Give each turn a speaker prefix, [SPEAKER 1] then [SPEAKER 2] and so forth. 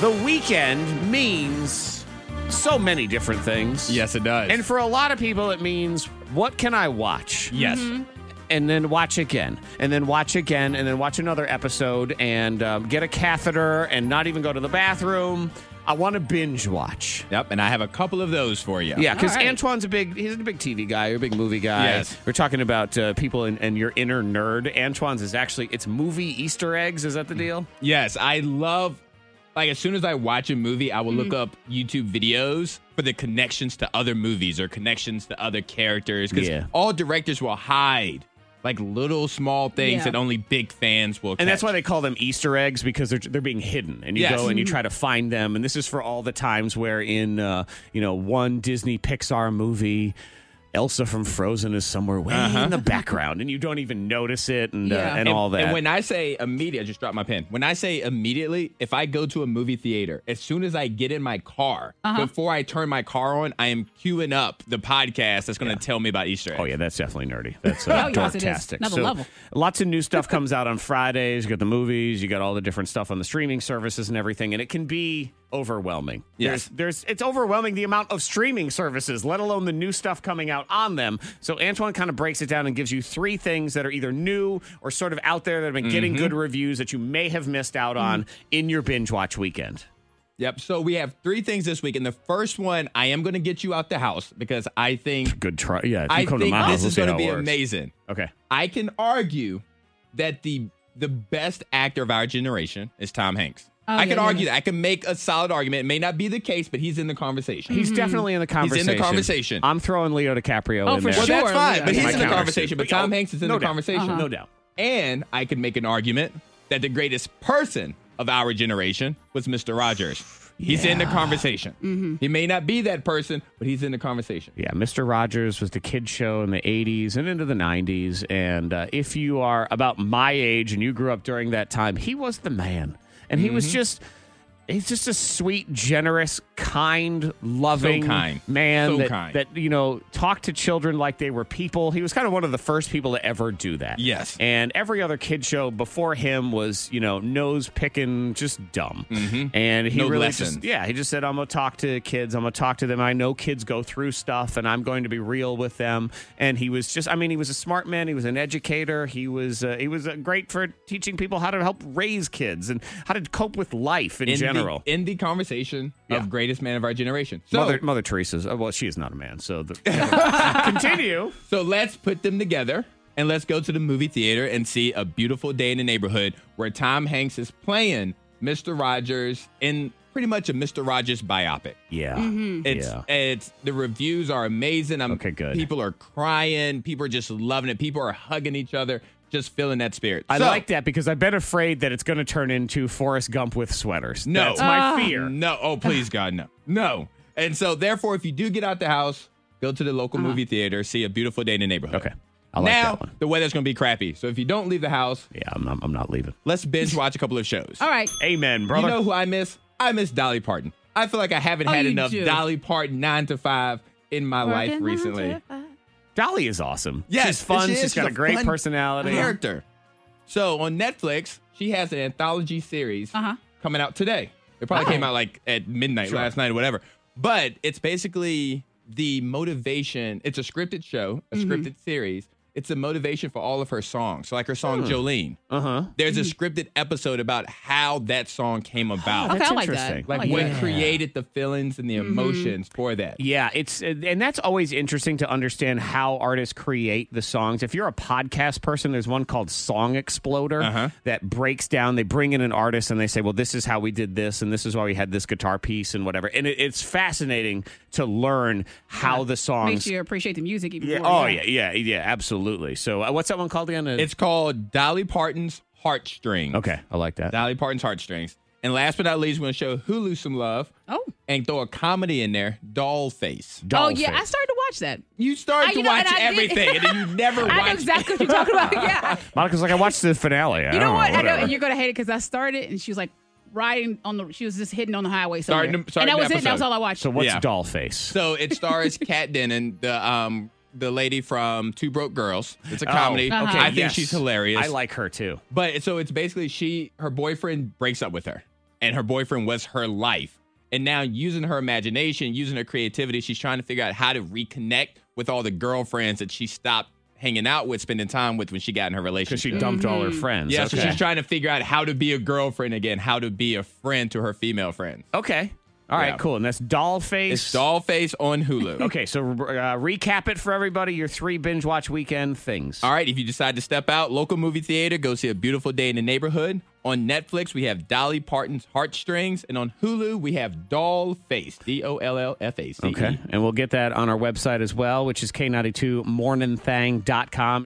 [SPEAKER 1] The weekend means so many different things.
[SPEAKER 2] Yes, it does.
[SPEAKER 1] And for a lot of people, it means what can I watch?
[SPEAKER 2] yes.
[SPEAKER 1] And then watch again, and then watch again, and then watch another episode, and um, get a catheter, and not even go to the bathroom. I want to binge watch.
[SPEAKER 2] Yep. And I have a couple of those for you.
[SPEAKER 1] Yeah, because
[SPEAKER 3] All right.
[SPEAKER 1] Antoine's a big he's a big TV guy, a big movie guy.
[SPEAKER 2] Yes.
[SPEAKER 1] We're talking about uh, people and, and your inner nerd. Antoine's is actually it's movie Easter eggs. Is that the deal?
[SPEAKER 2] Yes, I love. Like as soon as I watch a movie, I will look up YouTube videos for the connections to other movies or connections to other characters. Because
[SPEAKER 1] Yeah.
[SPEAKER 2] all directors will hide like little small things
[SPEAKER 3] Yeah.
[SPEAKER 2] that only big fans will.
[SPEAKER 1] And that's why they call them Easter eggs because they're they're being hidden, and you
[SPEAKER 2] Yes.
[SPEAKER 1] go and you try to find them. And this is for all the times where in uh, you know one Disney Pixar movie. Elsa from Frozen is somewhere way in the background, and you don't even notice it, and
[SPEAKER 3] Yeah.
[SPEAKER 1] uh, and,
[SPEAKER 2] And-
[SPEAKER 1] all that.
[SPEAKER 2] And when I say immediate, I just dropped my pen. When I say immediately, if I go to a movie theater, as soon as I get in my car, before I turn my car on, I am queuing up the podcast that's going to tell me about Easter eggs.
[SPEAKER 1] Oh yeah, that's definitely nerdy. That's
[SPEAKER 3] Oh,
[SPEAKER 1] uh,
[SPEAKER 3] yes, it is.
[SPEAKER 1] dorktastic.
[SPEAKER 3] Another level.
[SPEAKER 1] Lots of new stuff comes out on Fridays. You got the movies. You got all the different stuff on the streaming services and everything, and it can be overwhelming.
[SPEAKER 2] Yes.
[SPEAKER 1] there's, there's it's overwhelming the amount of streaming services, let alone the new stuff coming out on them. So Antoine kind of breaks it down and gives you three things that are either new or sort of out there that have been getting good reviews that you may have missed out on in your binge watch weekend.
[SPEAKER 2] Yep. So we have three things this week. And the first one, I am going to get you out the house because I think
[SPEAKER 1] Good try. Yeah, if you
[SPEAKER 2] I
[SPEAKER 1] come
[SPEAKER 2] think
[SPEAKER 1] to my house,
[SPEAKER 2] this
[SPEAKER 1] we'll
[SPEAKER 2] is
[SPEAKER 1] see
[SPEAKER 2] going to
[SPEAKER 1] how it
[SPEAKER 2] be
[SPEAKER 1] works.
[SPEAKER 2] amazing.
[SPEAKER 1] Okay.
[SPEAKER 3] Mm-hmm.
[SPEAKER 2] I can argue that the the best actor of our generation is Tom Hanks.
[SPEAKER 3] Oh,
[SPEAKER 2] I
[SPEAKER 3] yeah,
[SPEAKER 2] can
[SPEAKER 3] yeah,
[SPEAKER 2] argue
[SPEAKER 3] yeah.
[SPEAKER 2] that. I can make a solid argument. It may not be the case, but he's in the conversation.
[SPEAKER 3] Mm.
[SPEAKER 1] He's definitely in the
[SPEAKER 2] in the
[SPEAKER 1] conversation.
[SPEAKER 2] conversation.
[SPEAKER 1] I'm throwing Leo DiCaprio
[SPEAKER 3] Oh,
[SPEAKER 1] in
[SPEAKER 3] for
[SPEAKER 1] there.
[SPEAKER 2] Well,
[SPEAKER 3] Sure,
[SPEAKER 2] that's fine,
[SPEAKER 3] yeah. Uh-huh.
[SPEAKER 2] but he's
[SPEAKER 3] My
[SPEAKER 2] in the
[SPEAKER 1] counter
[SPEAKER 2] conversation. But
[SPEAKER 1] suit.
[SPEAKER 2] Tom Hanks is in
[SPEAKER 1] No
[SPEAKER 2] the
[SPEAKER 1] doubt.
[SPEAKER 2] conversation.
[SPEAKER 1] No doubt.
[SPEAKER 2] And I could make an argument that the greatest person of our generation was Mr. Rogers. He's in the conversation.
[SPEAKER 1] Mm-hmm.
[SPEAKER 2] He may not be that person, but he's in the conversation.
[SPEAKER 1] Yeah, Mr. Rogers was the kid show in the 80s and into the 90s. And uh, if you are about my age and you grew up during that time, he was the man. And he
[SPEAKER 2] Mm-hmm.
[SPEAKER 1] was just. He's just a sweet, generous, kind, loving
[SPEAKER 2] kind.
[SPEAKER 1] man
[SPEAKER 2] So
[SPEAKER 1] that,
[SPEAKER 2] kind.
[SPEAKER 1] that you know talked to children like they were people. He was kind of one of the first people to ever do that.
[SPEAKER 2] Yes.
[SPEAKER 1] And every other kid show before him was you know nose picking, just dumb. And he
[SPEAKER 2] No
[SPEAKER 1] really
[SPEAKER 2] lessons.
[SPEAKER 1] just yeah, he just said, I'm going to talk to kids. I'm going to talk to them. I know kids go through stuff and I'm going to be real with them. And he was just, I mean, he was a smart man. He was an educator. He was, uh, he was uh, great for teaching people how to help raise kids and how to cope with life in,
[SPEAKER 2] In
[SPEAKER 1] general.
[SPEAKER 2] the, in the conversation
[SPEAKER 1] Yeah.
[SPEAKER 2] of greatest man of our generation. So,
[SPEAKER 1] Mother, Mother Teresa's, oh, well, she is not a man. So the, continue.
[SPEAKER 2] so let's put them together and let's go to the movie theater and see a beautiful day in the neighborhood where Tom Hanks is playing Mr. Rogers in pretty much a Mr. Rogers biopic.
[SPEAKER 1] Yeah.
[SPEAKER 2] It's
[SPEAKER 1] Yeah.
[SPEAKER 2] it's the reviews are amazing. I'm,
[SPEAKER 1] Okay, good.
[SPEAKER 2] People are crying. People are just loving it. People are hugging each other, just feeling that spirit.
[SPEAKER 1] I
[SPEAKER 2] So-
[SPEAKER 1] like that because I've been afraid that it's going to turn into Forrest Gump with sweaters.
[SPEAKER 2] No.
[SPEAKER 1] That's my fear.
[SPEAKER 2] No, oh please, God, no, no. And so, therefore, if you do get out the house, go to the local
[SPEAKER 3] Uh-huh.
[SPEAKER 2] movie theater, see a beautiful day in the neighborhood.
[SPEAKER 1] Okay. I like
[SPEAKER 2] now
[SPEAKER 1] that one.
[SPEAKER 2] the weather's gonna be crappy, so if you don't leave the house,
[SPEAKER 1] Yeah, I'm not, I'm not leaving.
[SPEAKER 2] let's binge watch a couple of shows.
[SPEAKER 3] All right.
[SPEAKER 1] Amen, brother.
[SPEAKER 2] You know who I miss? I miss Dolly Parton. I feel like I haven't
[SPEAKER 3] Oh,
[SPEAKER 2] had
[SPEAKER 3] you
[SPEAKER 2] enough
[SPEAKER 3] do.
[SPEAKER 2] Dolly Parton nine to five in my life
[SPEAKER 3] Working
[SPEAKER 2] recently.
[SPEAKER 3] on uh, it.
[SPEAKER 1] Dolly is awesome.
[SPEAKER 2] Yes,
[SPEAKER 1] she's fun.
[SPEAKER 2] she is.
[SPEAKER 1] she's got a great
[SPEAKER 2] fun
[SPEAKER 1] personality.
[SPEAKER 2] Character. So on Netflix, she has an anthology series
[SPEAKER 3] Uh-huh.
[SPEAKER 2] coming out today. It probably came out like at midnight last night or whatever. But it's basically the motivation. It's a scripted show, a scripted series. It's the motivation for all of her songs. So like her song Jolene.
[SPEAKER 1] Uh huh.
[SPEAKER 2] There's a scripted episode about how that song came about.
[SPEAKER 3] Okay,
[SPEAKER 1] That's
[SPEAKER 3] I like
[SPEAKER 1] interesting.
[SPEAKER 3] that.
[SPEAKER 2] Like
[SPEAKER 3] I like
[SPEAKER 2] what
[SPEAKER 3] that.
[SPEAKER 2] created the feelings and the emotions for that.
[SPEAKER 1] Yeah, it's and that's always interesting to understand how artists create the songs. If you're a podcast person, there's one called Song Exploder
[SPEAKER 2] Uh-huh.
[SPEAKER 1] that breaks down. They bring in an artist and they say, "Well, this is how we did this, and this is why we had this guitar piece, and whatever." And it, it's fascinating to learn how the
[SPEAKER 3] Makes
[SPEAKER 1] songs.
[SPEAKER 3] you appreciate the music even
[SPEAKER 1] yeah,
[SPEAKER 3] more.
[SPEAKER 1] oh yeah, yeah, yeah, absolutely. So, uh, what's that one called again? Uh,
[SPEAKER 2] It's called Dolly Parton's Heartstrings.
[SPEAKER 1] okay. I like that.
[SPEAKER 2] Dolly Parton's heartstrings. And last but not least, we're gonna show Hulu some love
[SPEAKER 3] Oh.
[SPEAKER 2] and throw a comedy in there, Dollface.
[SPEAKER 3] Oh
[SPEAKER 1] Doll
[SPEAKER 3] yeah,
[SPEAKER 1] face.
[SPEAKER 3] I started to watch that.
[SPEAKER 2] You start
[SPEAKER 3] I-
[SPEAKER 2] to
[SPEAKER 3] you know,
[SPEAKER 2] watch
[SPEAKER 3] and I did-
[SPEAKER 2] everything, and then you never watch.
[SPEAKER 3] I know exactly what you're talking about. Yeah.
[SPEAKER 1] Monica's like, I watched the finale. I
[SPEAKER 3] You
[SPEAKER 2] Oh,
[SPEAKER 3] know
[SPEAKER 1] don't
[SPEAKER 3] what? I know,
[SPEAKER 1] whatever."
[SPEAKER 3] and you're gonna hate it because I started, and she was like riding on the. She was just hitting on the highway. Somewhere.
[SPEAKER 2] Starting to- starting
[SPEAKER 3] and that
[SPEAKER 2] the
[SPEAKER 3] was it. That was
[SPEAKER 2] episode.
[SPEAKER 3] all I watched.
[SPEAKER 1] So what's
[SPEAKER 2] Yeah.
[SPEAKER 1] doll face?
[SPEAKER 2] So it stars Kat Denon, the um the lady from Two Broke Girls. It's a
[SPEAKER 1] Oh,
[SPEAKER 2] comedy.
[SPEAKER 3] Uh-huh.
[SPEAKER 2] I Oh. think she's hilarious.
[SPEAKER 1] I like her too.
[SPEAKER 2] But so it's basically she her boyfriend breaks up with her. and her boyfriend was her life. And now, using her imagination, using her creativity, she's trying to figure out how to reconnect with all the girlfriends that she stopped hanging out with, spending time with when she got in her relationship.
[SPEAKER 1] because she dumped all her friends.
[SPEAKER 2] yeah, so
[SPEAKER 1] okay.
[SPEAKER 2] she's trying to figure out how to be a girlfriend again, how to be a friend to her female friends.
[SPEAKER 1] okay. All right,
[SPEAKER 2] Yeah.
[SPEAKER 1] cool. And that's Dollface.
[SPEAKER 2] It's Dollface on Hulu.
[SPEAKER 1] Okay, so uh, recap it for everybody. Your three binge watch weekend things.
[SPEAKER 2] All right, if you decide to step out, local movie theater, go see A Beautiful Day in the Neighborhood. On Netflix, we have Dolly Parton's Heartstrings, and on Hulu, we have Doll Face, D O L L F A C E.
[SPEAKER 1] Okay. And we'll get that on our website as well, which is K92morningthang.com.